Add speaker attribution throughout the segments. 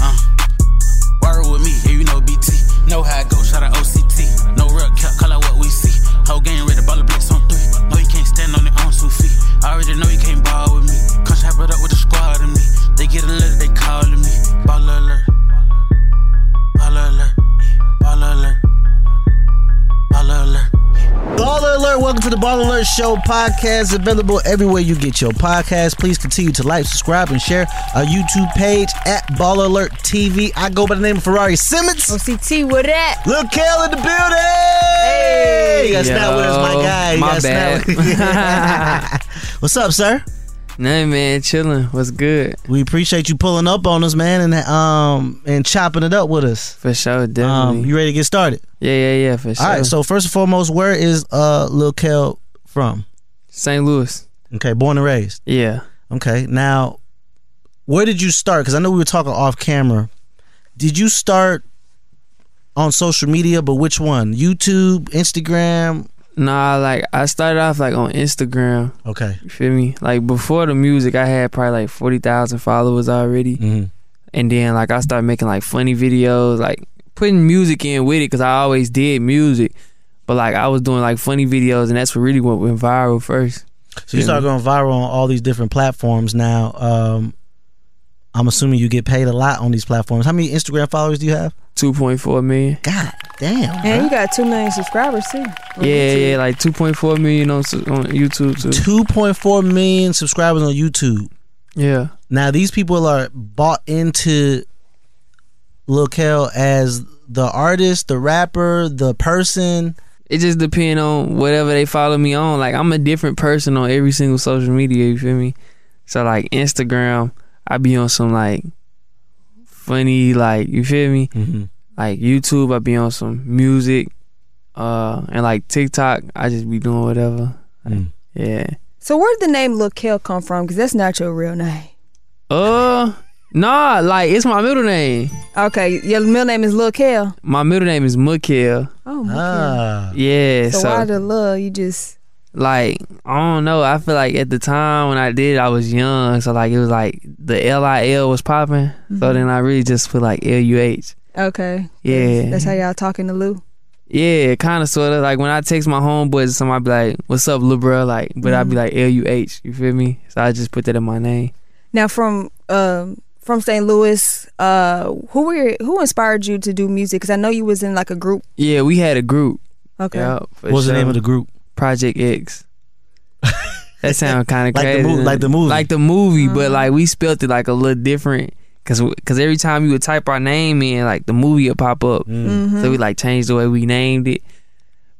Speaker 1: Uh, word with me, yeah, you know BT. Know how it go, shout out OCT. No rep, cap, call out what we see. Whole game ready, ball the blitz on three. No, you can't stand on your own two feet. I already know you can't ball with me. Come chop it up with the squad and me. They get a letter, they calling me. Ball alert. Ball alert. Ball alert. Ball alert.
Speaker 2: Baller Alert, welcome to the Baller Alert Show podcast, available everywhere you get your podcast. Please continue to like, subscribe, and share our YouTube page at Baller Alert TV. I go by the name of Ferrari Simmons.
Speaker 3: OCT, Oh, what that?
Speaker 2: Lil Kale in the building. Hey, you got snap with us, my guy. You
Speaker 4: my
Speaker 2: got snap with-
Speaker 4: bad.
Speaker 2: What's up, sir?
Speaker 4: Nah, man, chilling. What's good?
Speaker 2: We appreciate you pulling up on us, man, and um and chopping it up with us.
Speaker 4: For sure,
Speaker 2: Um,
Speaker 4: definitely.
Speaker 2: you ready to get started?
Speaker 4: yeah, yeah, yeah. For sure.
Speaker 2: All right. So first and foremost, where is uh Lil Kel from?
Speaker 4: St. Louis.
Speaker 2: Okay, born and raised.
Speaker 4: Yeah.
Speaker 2: Okay. Now, where did you start? Because I know we were talking off camera. Did you start on social media? But which one? YouTube, Instagram.
Speaker 4: Nah, like I started off like on Instagram.
Speaker 2: Okay.
Speaker 4: You feel me? Like before the music, I had probably like forty thousand followers already,
Speaker 2: Mm-hmm.
Speaker 4: and then like I started making like funny videos, like putting music in with it because I always did music. But like I was doing like funny videos, and that's what really went, went viral first.
Speaker 2: So you start going viral on all these different platforms now. Um, I'm assuming you get paid a lot on these platforms. How many Instagram followers do you have?
Speaker 4: Two point four million.
Speaker 2: God damn.
Speaker 3: And you got two million subscribers too.
Speaker 4: Yeah, yeah, like two point four million on s- on YouTube too.
Speaker 2: 2.4 million subscribers on YouTube.
Speaker 4: Yeah.
Speaker 2: Now these people are bought into Lil Kel as the artist, the rapper, the person.
Speaker 4: It just depend on whatever they follow me on. Like I'm a different person on every single social media. You feel me? So like Instagram, I be on some like funny, like you feel me?
Speaker 2: Mm-hmm.
Speaker 4: Like YouTube, I be on some music, uh, and like TikTok, I just be doing whatever. Like,
Speaker 2: Mm.
Speaker 4: Yeah.
Speaker 3: So where did the name Lil Kel come from? Because that's not your real name.
Speaker 4: Uh, nah, like it's my middle name.
Speaker 3: Okay, your middle name is Lil Kel.
Speaker 4: My middle name is Mukil.
Speaker 3: Oh, my God.
Speaker 2: Ah,
Speaker 4: Yeah.
Speaker 3: So, why the love? You just
Speaker 4: like I don't know. I feel like at the time when I did, I was young, so like it was like the LIL was popping.
Speaker 3: Mm-hmm.
Speaker 4: So then I really just put like LUH.
Speaker 3: okay.
Speaker 4: Yeah,
Speaker 3: That's how y'all talking to Lou.
Speaker 4: yeah, kind of sort of like when I text my homeboys, somebody be like, "What's up, little bro?" Like, but I'd be
Speaker 3: Mm-hmm.
Speaker 4: like LUH. You feel me? So I just put that in my name.
Speaker 3: Now from um from St. Louis, uh, who were your, who inspired you to do music? Because I know you was in like a group.
Speaker 4: Yeah, we had a group.
Speaker 3: Okay.
Speaker 4: Yup, for
Speaker 2: what was the
Speaker 4: sure.
Speaker 2: name of the group?
Speaker 4: Project X? That sound kind of
Speaker 2: Like the
Speaker 4: crazy.
Speaker 2: mo- like the movie.
Speaker 4: Like the movie,
Speaker 3: Uh-huh.
Speaker 4: but like we spelt it like a little different. Cause, we- Cause every time you would type our name in, like the movie would pop up.
Speaker 2: Mm.
Speaker 3: Mm-hmm.
Speaker 4: So we like changed the way we named it.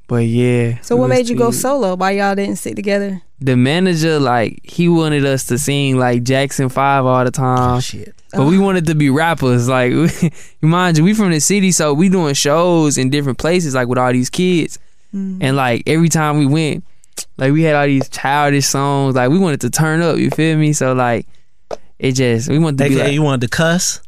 Speaker 4: But yeah.
Speaker 3: So
Speaker 4: we
Speaker 3: what
Speaker 4: was
Speaker 3: made you go
Speaker 4: tweeting.
Speaker 3: solo? Why y'all didn't stick together?
Speaker 4: The manager, like, he wanted us to sing like Jackson Five all the time.
Speaker 2: Oh, shit.
Speaker 4: But we wanted to be rappers. Like, we, mind you, we from the city, so
Speaker 2: Mm.
Speaker 4: we doing shows in different places, like with all these kids. And like every time we went, like we had all these childish songs. Like we wanted to turn up. You feel me? So like it just we wanted to be
Speaker 2: AKA,
Speaker 4: like
Speaker 2: you wanted to cuss?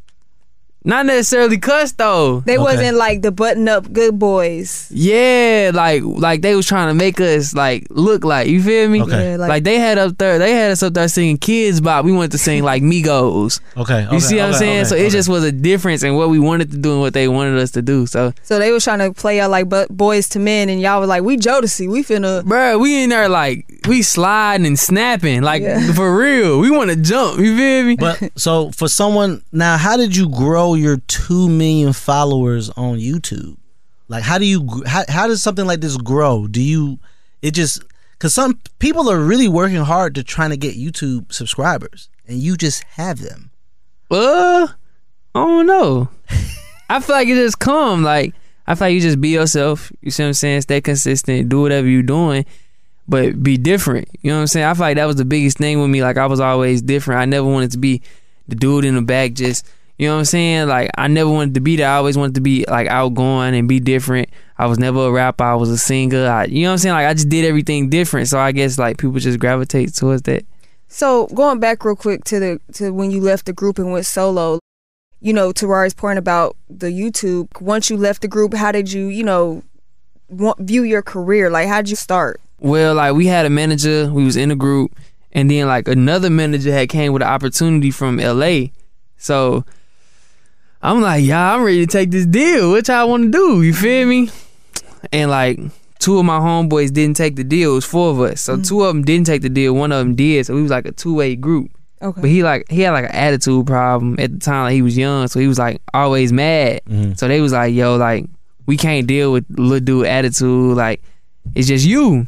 Speaker 4: not necessarily cuss though.
Speaker 3: They
Speaker 2: Okay.
Speaker 3: wasn't like the button up good boys.
Speaker 4: Yeah, like like they was trying to make us like look like you feel me.
Speaker 2: Okay.
Speaker 3: Yeah,
Speaker 4: Like,
Speaker 3: like,
Speaker 4: they had up there, they had us up there singing kids bop. We wanted to sing like Migos.
Speaker 2: Okay.
Speaker 4: You see what I'm saying? so it just was a difference in what we wanted to do and what they wanted us to do. So,
Speaker 3: so they was trying to play out like but boys to men, and y'all was like, we Jodeci, we finna.
Speaker 4: bruh, we in there like we sliding and snapping, like
Speaker 3: Yeah.
Speaker 4: for real. We want to jump. You feel me?
Speaker 2: But so for someone now, how did you grow your two million followers on YouTube? Like, how do you gr- how how does something like this grow? Do you it just because some people are really working hard to trying to get YouTube subscribers, and you just have them.
Speaker 4: Uh, I don't know. I feel like it just come. Like I feel like you just be yourself. You see what I'm saying? Stay consistent. Do whatever you're doing, but be different. You know what I'm saying? I feel like that was the biggest thing with me. Like I was always different. I never wanted to be the dude in the back. Just you know what I'm saying? Like I never wanted to be that. I always wanted to be like outgoing and be different. I was never a rapper. I was a singer. I, you know what I'm saying? Like I just did everything different. So I guess like people just gravitate towards that.
Speaker 3: So going back real quick to the to when you left the group and went solo, you know, to Rari's point about the YouTube. Once you left the group, how did you, you know, wa- view your career? Like, how'd you start?
Speaker 4: Well, like we had a manager, we was in a group, and then like another manager had came with an opportunity from LA. So I'm like, yeah, I'm ready to take this deal. What y'all want to do? You feel me? And like two of my homeboys didn't take the deal. It was four of us, so two of them didn't take the deal. One of them did, so we was like a two way group.
Speaker 3: Okay.
Speaker 4: But he like he had like an attitude problem at the time. Like he was young, so he was like always mad. So they was like, "Yo, like we can't deal with little dude attitude. Like it's just you."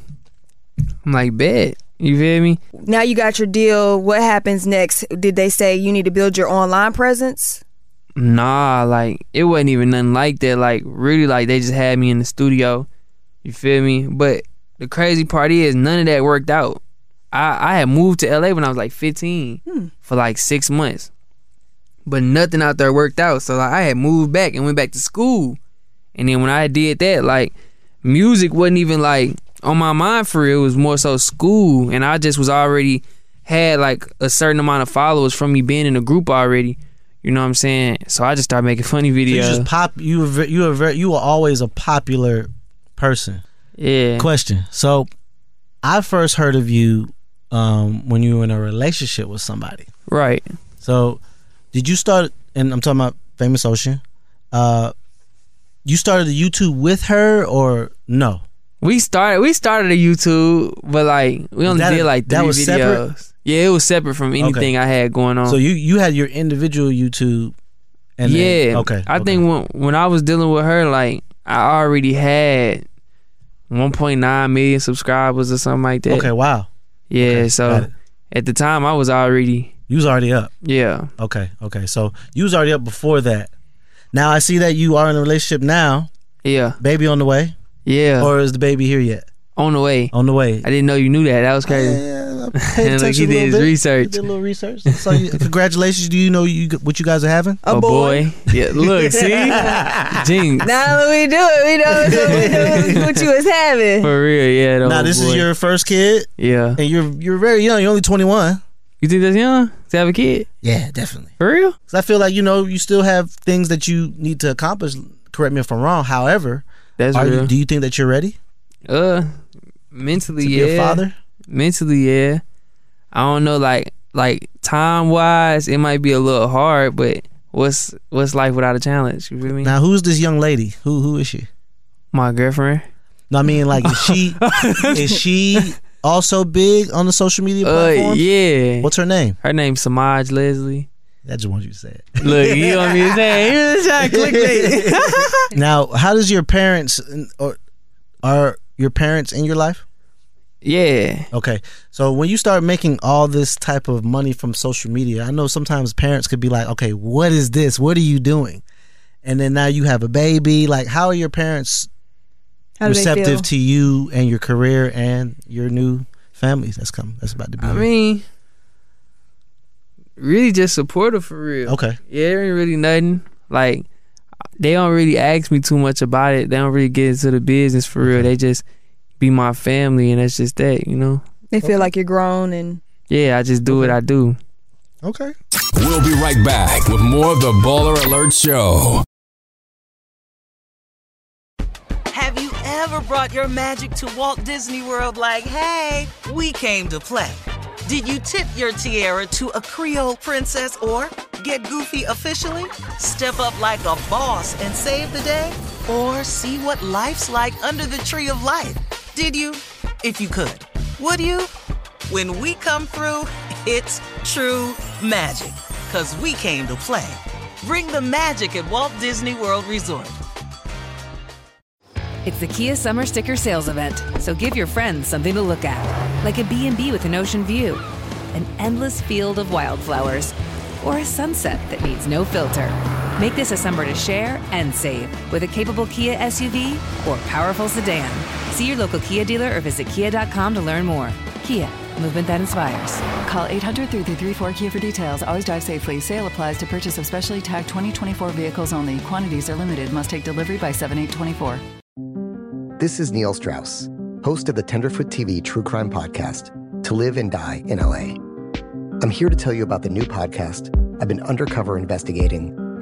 Speaker 4: I'm like, "Bet." You feel me?
Speaker 3: now you got your deal. What happens next? Did they say you need to build your online presence?
Speaker 4: Nah, like it wasn't even nothing like that. Like really, like they just had me in the studio. You feel me? But the crazy part is none of that worked out. I I had moved to LA when I was like 15
Speaker 3: Hmm.
Speaker 4: for like six months, but nothing out there worked out. So like I had moved back and went back to school, and then when I did that, like music wasn't even like on my mind for real. It was more so school, and I just was already had like a certain amount of followers from me being in a group already. You know what I'm saying? So I just started making funny
Speaker 2: So
Speaker 4: videos.
Speaker 2: You just pop. You were ve- you were very, you were always a popular person.
Speaker 4: yeah.
Speaker 2: Question. So, I first heard of you um, when you were in a relationship with somebody.
Speaker 4: Right.
Speaker 2: So, did you start? And I'm talking about Famous Ocean. Uh, you started the YouTube with her, or no?
Speaker 4: We started we started a YouTube, but like we only
Speaker 2: that a-
Speaker 4: did like three
Speaker 2: that was
Speaker 4: videos.
Speaker 2: separate?
Speaker 4: Yeah, it was separate from anything I had going on.
Speaker 2: So you you had your individual YouTube, and
Speaker 4: yeah.
Speaker 2: then- okay.
Speaker 4: I
Speaker 2: okay.
Speaker 4: think when when I was dealing with her, like I already had 1.9 million subscribers or something like that.
Speaker 2: okay, wow,
Speaker 4: Yeah.
Speaker 2: got
Speaker 4: so
Speaker 2: it.
Speaker 4: at the time, I was already
Speaker 2: you was already up.
Speaker 4: yeah.
Speaker 2: Okay, okay. So you was already up before that. Now I see that you are in a relationship now.
Speaker 4: Yeah,
Speaker 2: Baby on the way,
Speaker 4: yeah.
Speaker 2: or is the baby here yet?
Speaker 4: on the way.
Speaker 2: On the way.
Speaker 4: I didn't know you knew that. That was crazy.
Speaker 2: Yeah,
Speaker 4: Like,
Speaker 2: pay
Speaker 4: he
Speaker 2: attention
Speaker 4: did
Speaker 2: a
Speaker 4: his
Speaker 2: little bit.
Speaker 4: research.
Speaker 2: He Did a little research. So, you- congratulations. Do you know you what you guys are having?
Speaker 3: A boy.
Speaker 4: Yeah, look, see, Jinx.
Speaker 3: Now that we do it, we know, it's- we know it's what you was having.
Speaker 4: For real, yeah. the
Speaker 2: now
Speaker 4: old
Speaker 2: this
Speaker 4: boy.
Speaker 2: is your first kid,
Speaker 4: yeah.
Speaker 2: and you're you're very young. You're only 21.
Speaker 4: You think that's young to have a kid?
Speaker 2: Yeah, definitely.
Speaker 4: For real?
Speaker 2: Because I feel like you know you still have things that you need to accomplish. Correct me if I'm wrong. However,
Speaker 4: That's
Speaker 2: are
Speaker 4: real.
Speaker 2: you, do you think that you're ready
Speaker 4: uh, mentally,
Speaker 2: to
Speaker 4: yeah.
Speaker 2: be a father?
Speaker 4: Mentally, yeah. I don't know, like, like time wise, it might be a little hard, but what's what's life without a challenge? You feel me?
Speaker 2: Now, who's this young lady? Who who is she?
Speaker 4: My girlfriend.
Speaker 2: No, I mean like is she is she also big on the social media
Speaker 4: Uh,
Speaker 2: platforms?
Speaker 4: yeah.
Speaker 2: What's her name?
Speaker 4: Her name's Samaj Leslie.
Speaker 2: I just want you to say it.
Speaker 4: Look, you want me to say? You just trying to clickbait.
Speaker 2: Now, how does your parents or are your parents in your life?
Speaker 4: yeah.
Speaker 2: Okay, so when you start making all this type of money from social media, I know sometimes parents could be like, "Okay, what is this? What are you doing?" And then now you have a baby. Like, how are your parents
Speaker 3: How do they feel?
Speaker 2: receptive to you and your career and your new families that's come that's about to be?
Speaker 4: I mean, really just supportive for real.
Speaker 2: okay,
Speaker 4: Yeah, there ain't really nothing. Like they don't really ask me too much about it. They don't really get into the business for real. They just be my family, and that's just that, you know.
Speaker 3: They feel like you're grown and
Speaker 4: Yeah, I just do what I do.
Speaker 2: Okay.
Speaker 5: We'll be right back with more of the Baller Alert Show.
Speaker 6: Have you ever brought your magic to Walt Disney World like, hey, we came to play? Did you tip your tiara to a Creole princess or get goofy officially? Step up like a boss and save the day? Or see what life's like under the tree of life? Did you? If you could, would you? When we come through, it's true magic. Cause we came to play. Bring the magic at Walt Disney World Resort.
Speaker 7: It's the Kia Summer Sticker Sales Event, so give your friends something to look at, like a B&B with an ocean view, an endless field of wildflowers, or a sunset that needs no filter. Make this a summer to share and save with a capable Kia SUV or powerful sedan. See your local Kia dealer or visit kia.com to learn more. Kia, movement that inspires.
Speaker 8: Call 800 334 Kia for details. Always drive safely. Sale applies to purchase of specially tagged 2024 vehicles only. Quantities are limited. Must take delivery by 7824.
Speaker 9: This is Neil Strauss, host of the Tenderfoot TV True Crime Podcast, To Live and Die in LA. I'm here to tell you about the new podcast I've been undercover investigating for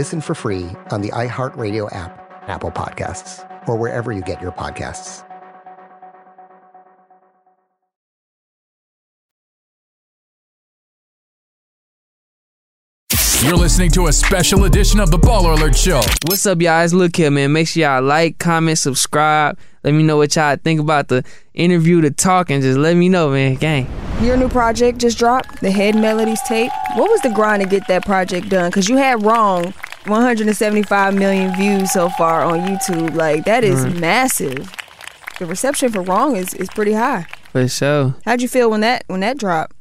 Speaker 9: Listen for free on the iHeartRadio app, Apple Podcasts, or wherever you get your podcasts.
Speaker 5: You're listening to a special edition of the Baller Alert Show.
Speaker 4: What's up, y'all? It's Lil Kid, man. Make sure y'all like, comment, subscribe. Let me know what y'all think about the interview, the talk, and just let me know, man. Gang.
Speaker 3: Your new project just dropped, the Head Melodies tape. What was the grind to get that project done? Because you had wrong 175 million views so far on YouTube. Like, that is
Speaker 4: Right.
Speaker 3: massive. The reception for wrong is, is pretty high.
Speaker 4: For sure.
Speaker 3: How'd you feel when that when that dropped?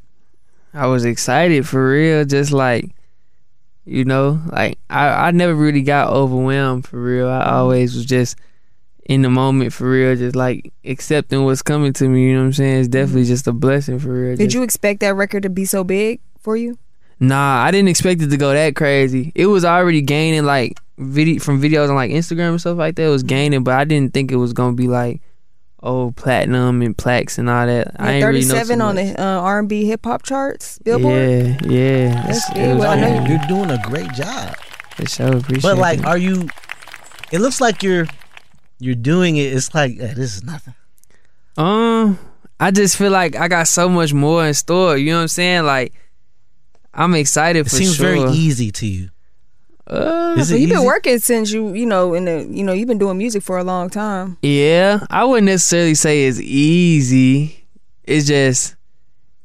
Speaker 4: I was excited for real, just like you know, like I, I never really got overwhelmed for real.
Speaker 3: Mm-hmm.
Speaker 4: I always was just in the moment for real, just like accepting what's coming to me, you know what I'm saying? It's definitely just a blessing for real.
Speaker 3: Mm-hmm. Did
Speaker 4: just-
Speaker 3: you expect that record to be so big for you?
Speaker 4: Nah, I didn't expect it to go that crazy. It was already gaining like video from videos on like Instagram and stuff like that. It was gaining, but I didn't think it was gonna be like oh platinum and plaques and all that. I
Speaker 3: Yeah,
Speaker 4: ain't really know
Speaker 3: 37
Speaker 4: too
Speaker 3: on
Speaker 4: much.
Speaker 3: the uh, R&B hip hop charts, Billboard.
Speaker 4: Yeah, yeah.
Speaker 3: That's
Speaker 4: It's- it
Speaker 3: good.
Speaker 4: was
Speaker 3: Well, I know
Speaker 4: gaining.
Speaker 3: you-
Speaker 2: You're doing a great job.
Speaker 4: For sure, appreciate
Speaker 2: But like,
Speaker 4: it.
Speaker 2: are you? It looks like you're you're doing it. It's like eh, this is nothing.
Speaker 4: Um, I just feel like I got so much more in store. You know what I'm saying? Like, I'm excited
Speaker 2: It
Speaker 4: for
Speaker 2: seems
Speaker 4: sure.
Speaker 2: very easy to you.
Speaker 4: Uh,
Speaker 2: Is
Speaker 3: so
Speaker 2: it
Speaker 3: you've been
Speaker 2: easy?
Speaker 3: working since you, you know, in the, you know, you've been doing music for a long time.
Speaker 4: Yeah, I wouldn't necessarily say it's easy. It's just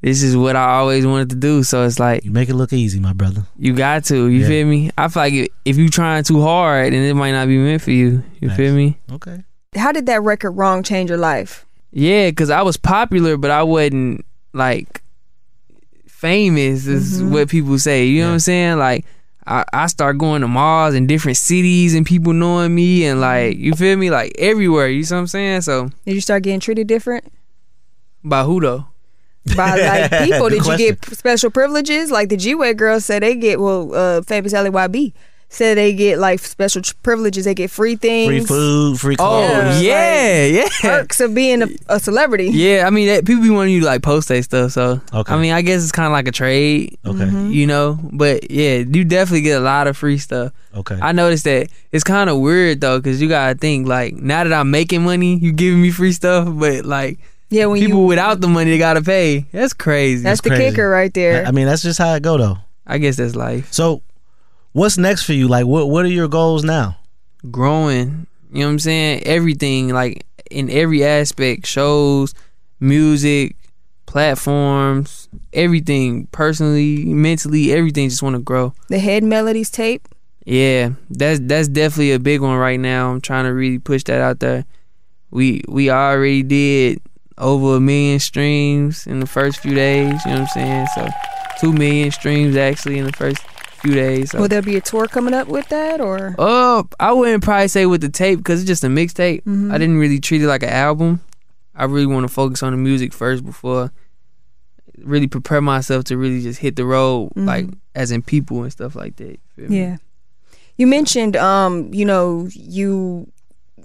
Speaker 4: this is what I always wanted to do. So it's like
Speaker 2: you make it look easy, my brother.
Speaker 4: You got to. You
Speaker 2: Yeah.
Speaker 4: feel me? I feel like if- if you trying too hard, then it might not be meant for you. You feel me?
Speaker 2: Okay.
Speaker 3: How did that record wrong change your life?
Speaker 4: Yeah, cause I was popular, but I wasn't like famous. Is what people say. You know what I'm saying? Like I, I start going to malls and different cities, and people knowing me, and like you feel me, like everywhere. You see what I'm saying? So
Speaker 3: Did you start getting treated different?
Speaker 4: by who though?
Speaker 3: by like people?
Speaker 4: Good
Speaker 3: Did you get p- special privileges? Like the G Way girls say they get well, uh, famous LAYB said they get like special tr- privileges. They get free things,
Speaker 2: Free food, free
Speaker 4: Oh
Speaker 2: clothes.
Speaker 4: yeah, yeah.
Speaker 3: perks of being a, a celebrity.
Speaker 4: Yeah, I mean, that, people be wanting you to like post that stuff. So, I mean, I guess it's kind of like a trade.
Speaker 2: Okay.
Speaker 3: Mm-hmm.
Speaker 2: Mhm.
Speaker 4: You know, but yeah, you definitely get a lot of free stuff.
Speaker 2: Okay.
Speaker 4: I noticed that it's kind of weird though, because you gotta think like now that I'm making money, you giving me free stuff, but like
Speaker 3: yeah, when
Speaker 4: people without the money, they gotta pay. That's crazy.
Speaker 3: That's the kicker right there.
Speaker 2: I mean, that's just how it go though.
Speaker 4: I guess that's life.
Speaker 2: So, what's next for you? Like, what what are your goals now?
Speaker 4: Growing. You know what I'm saying? Everything, like in every aspect, shows, music, platforms, everything. Personally, mentally, everything. Just want to grow.
Speaker 3: The Head Melodies tape.
Speaker 4: Yeah, that's that's definitely a big one right now. I'm trying to really push that out there. We we already did over a million streams in the first few days. You know what I'm saying? So two million streams actually in the first few days. So.
Speaker 3: Will there be a tour coming up with that, or
Speaker 4: Uh, I wouldn't probably say with the tape because it's just a mixtape.
Speaker 3: Mhm.
Speaker 4: I didn't really treat it like an album. I really want to focus on the music first before really prepare myself to really just hit the road,
Speaker 3: Mhm.
Speaker 4: like as in people and stuff like that. Feel me?
Speaker 3: Yeah. You mentioned, um, you know, you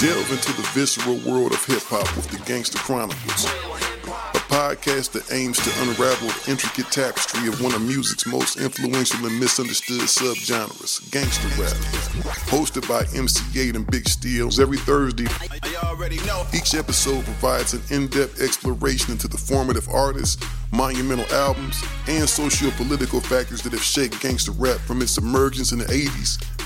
Speaker 10: Delve into the visceral world of hip hop with the Gangster Chronicles, a podcast that aims to unravel the intricate tapestry of one of music's most influential and misunderstood subgenres, gangster rap. Hosted by MC8 and Big Steels every Thursday, each episode provides an in depth exploration into the formative artists, monumental albums, and socio political factors that have shaped gangster rap from its emergence in the 80s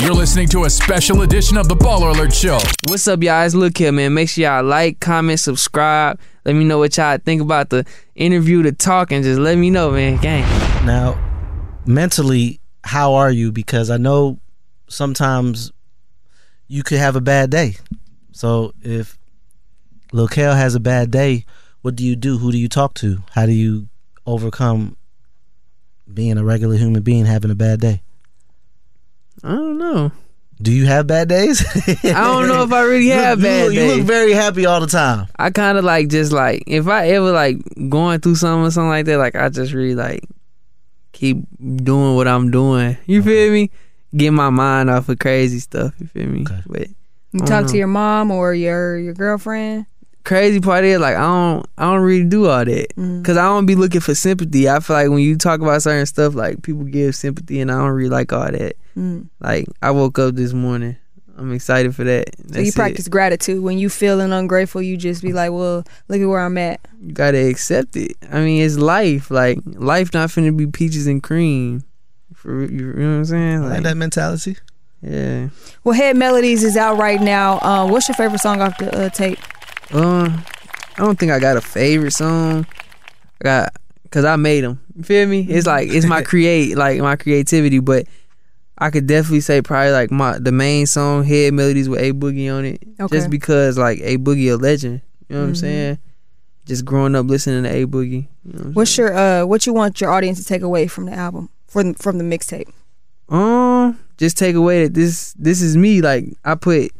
Speaker 5: You're listening to a special edition of the Baller Alert Show.
Speaker 4: What's up, y'all? It's Look here, man. Make sure y'all like, comment, subscribe. Let me know what y'all think about the interview, the talk, and just let me know, man. Gang.
Speaker 2: Now, mentally, how are you? Because I know sometimes you could have a bad day. So if Lil Kel has a bad day, what do you do? Who do you talk to? How do you overcome being a regular human being having a bad day?
Speaker 4: I don't know.
Speaker 2: Do you have bad days?
Speaker 4: I don't know if I really
Speaker 2: You look-
Speaker 4: have
Speaker 2: you
Speaker 4: bad
Speaker 2: look- you look
Speaker 4: days.
Speaker 2: very happy all the time.
Speaker 4: I kind of like just like if I ever like going through something or something like that, like I just really like keep doing what I'm doing. You feel me? Get my mind off of crazy stuff. You feel me? But
Speaker 3: You
Speaker 4: I
Speaker 3: talk
Speaker 4: don't
Speaker 3: to
Speaker 4: know.
Speaker 3: your mom or your your girlfriend.
Speaker 4: crazy part is like I don't I don't really do all that
Speaker 3: Mm.
Speaker 4: because I don't be looking for sympathy. I feel like when you talk about certain stuff, like people give sympathy, and I don't really like all that.
Speaker 3: Mm.
Speaker 4: Like I woke up this morning. I'm excited for that.
Speaker 3: So you
Speaker 4: That's it.
Speaker 3: practice gratitude. When you feeling ungrateful, you just be like, "Well, look at where I'm at."
Speaker 4: You gotta accept it. I mean, it's life. Like life not finna be peaches and cream. For you know what I'm saying?
Speaker 2: like that mentality.
Speaker 4: Yeah.
Speaker 3: Well, Head Melodies is out right now. Um, what's your favorite song off the uh, tape?
Speaker 4: Um, I don't think I got a favorite song. I got cause I made them. You feel me?
Speaker 3: Mm-hmm.
Speaker 4: It's like it's my create, like my creativity. But I could definitely say probably like my the main song, head melodies with a boogie on it.
Speaker 3: Okay.
Speaker 4: Just because like a boogie a legend. You know what I'm
Speaker 3: Mhm.
Speaker 4: saying? Just growing up listening to a boogie. You know what I'm
Speaker 3: What's your uh, what you want your audience to take away from the album from from the mixtape?
Speaker 4: Um, just take away that this this is me. Like I put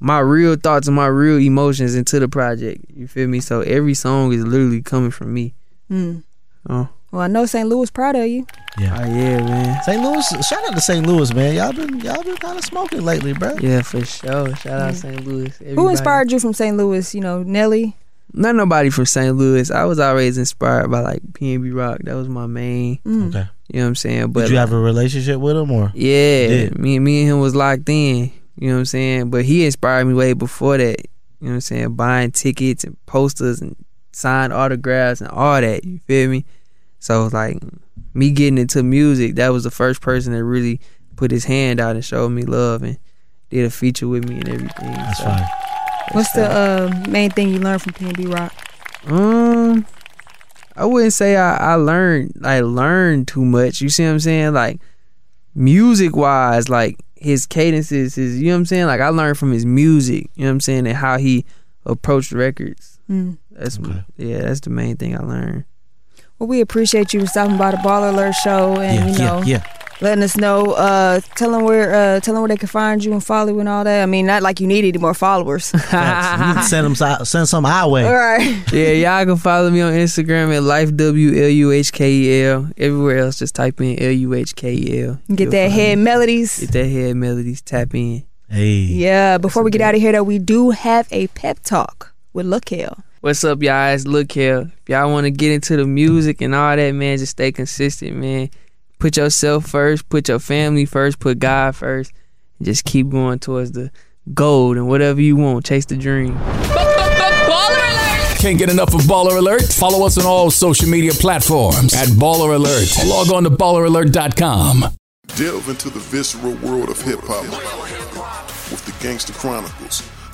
Speaker 4: my real thoughts and my real emotions into the project. You feel me? So every song is literally coming from me.
Speaker 3: Mm.
Speaker 4: Oh,
Speaker 3: Well, I know St. Louis proud of you.
Speaker 2: Yeah.
Speaker 4: Oh, yeah, man.
Speaker 2: St. Louis, shout out to St. Louis, man. Y'all been y'all been kind of smoking lately, bro.
Speaker 4: Yeah, for sure. Shout
Speaker 3: Yeah.
Speaker 4: out St. Louis.
Speaker 3: Who
Speaker 4: everybody.
Speaker 3: inspired you from St. Louis? You know, Nelly.
Speaker 4: Not nobody from St. Louis. I was always inspired by like PNB Rock. That was my main.
Speaker 3: Mm.
Speaker 2: Okay.
Speaker 4: You know what I'm saying? But uh,
Speaker 2: Did you have a relationship with him or?
Speaker 4: Yeah,
Speaker 2: Yeah.
Speaker 4: me me and him was locked in. You know what I'm saying? But he inspired me way before that. You know what I'm saying? Buying tickets and posters and signed autographs and all that. You feel me? So like me getting into music, that was the first person that really put his hand out and showed me love and did a feature with me and everything. That's
Speaker 2: fine.
Speaker 3: What's the uh, main thing you learned from PNB Rock?
Speaker 4: Um, I wouldn't say I, I learned I learned too much. You see what I'm saying? Like music wise, like his cadences, his you know what I'm saying? Like I learned from his music, you know what I'm saying, and how he approached records.
Speaker 3: Mm.
Speaker 4: That's yeah, that's the main thing I learned.
Speaker 3: Well, we appreciate you stopping by the Baller Alert Show and you know letting us know, uh, telling where, uh, telling where they can find you and follow you and all that. I mean, not like you need any more followers.
Speaker 2: You can send them si- send some our way.
Speaker 3: all right.
Speaker 4: yeah, y'all can follow me on Instagram at life w l u h k e l. Everywhere else, just type in l u h k e l.
Speaker 3: Get that head melodies.
Speaker 4: Get that head melodies. Tap in.
Speaker 2: Hey.
Speaker 3: Yeah. Before we get out of here, though, we do have a pep talk with Lookel.
Speaker 4: What's up, y'all? It's Look here. If y'all want to get into the music and all that, man, just stay consistent, man. Put yourself first, put your family first, put God first, and just keep going towards the gold and whatever you want. Chase the dream.
Speaker 5: Can't get enough of Baller Alert? Follow us on all social media platforms at Baller Alert. Log on to balleralert.com.
Speaker 10: Delve into the visceral world of hip hop with the Gangster Chronicles,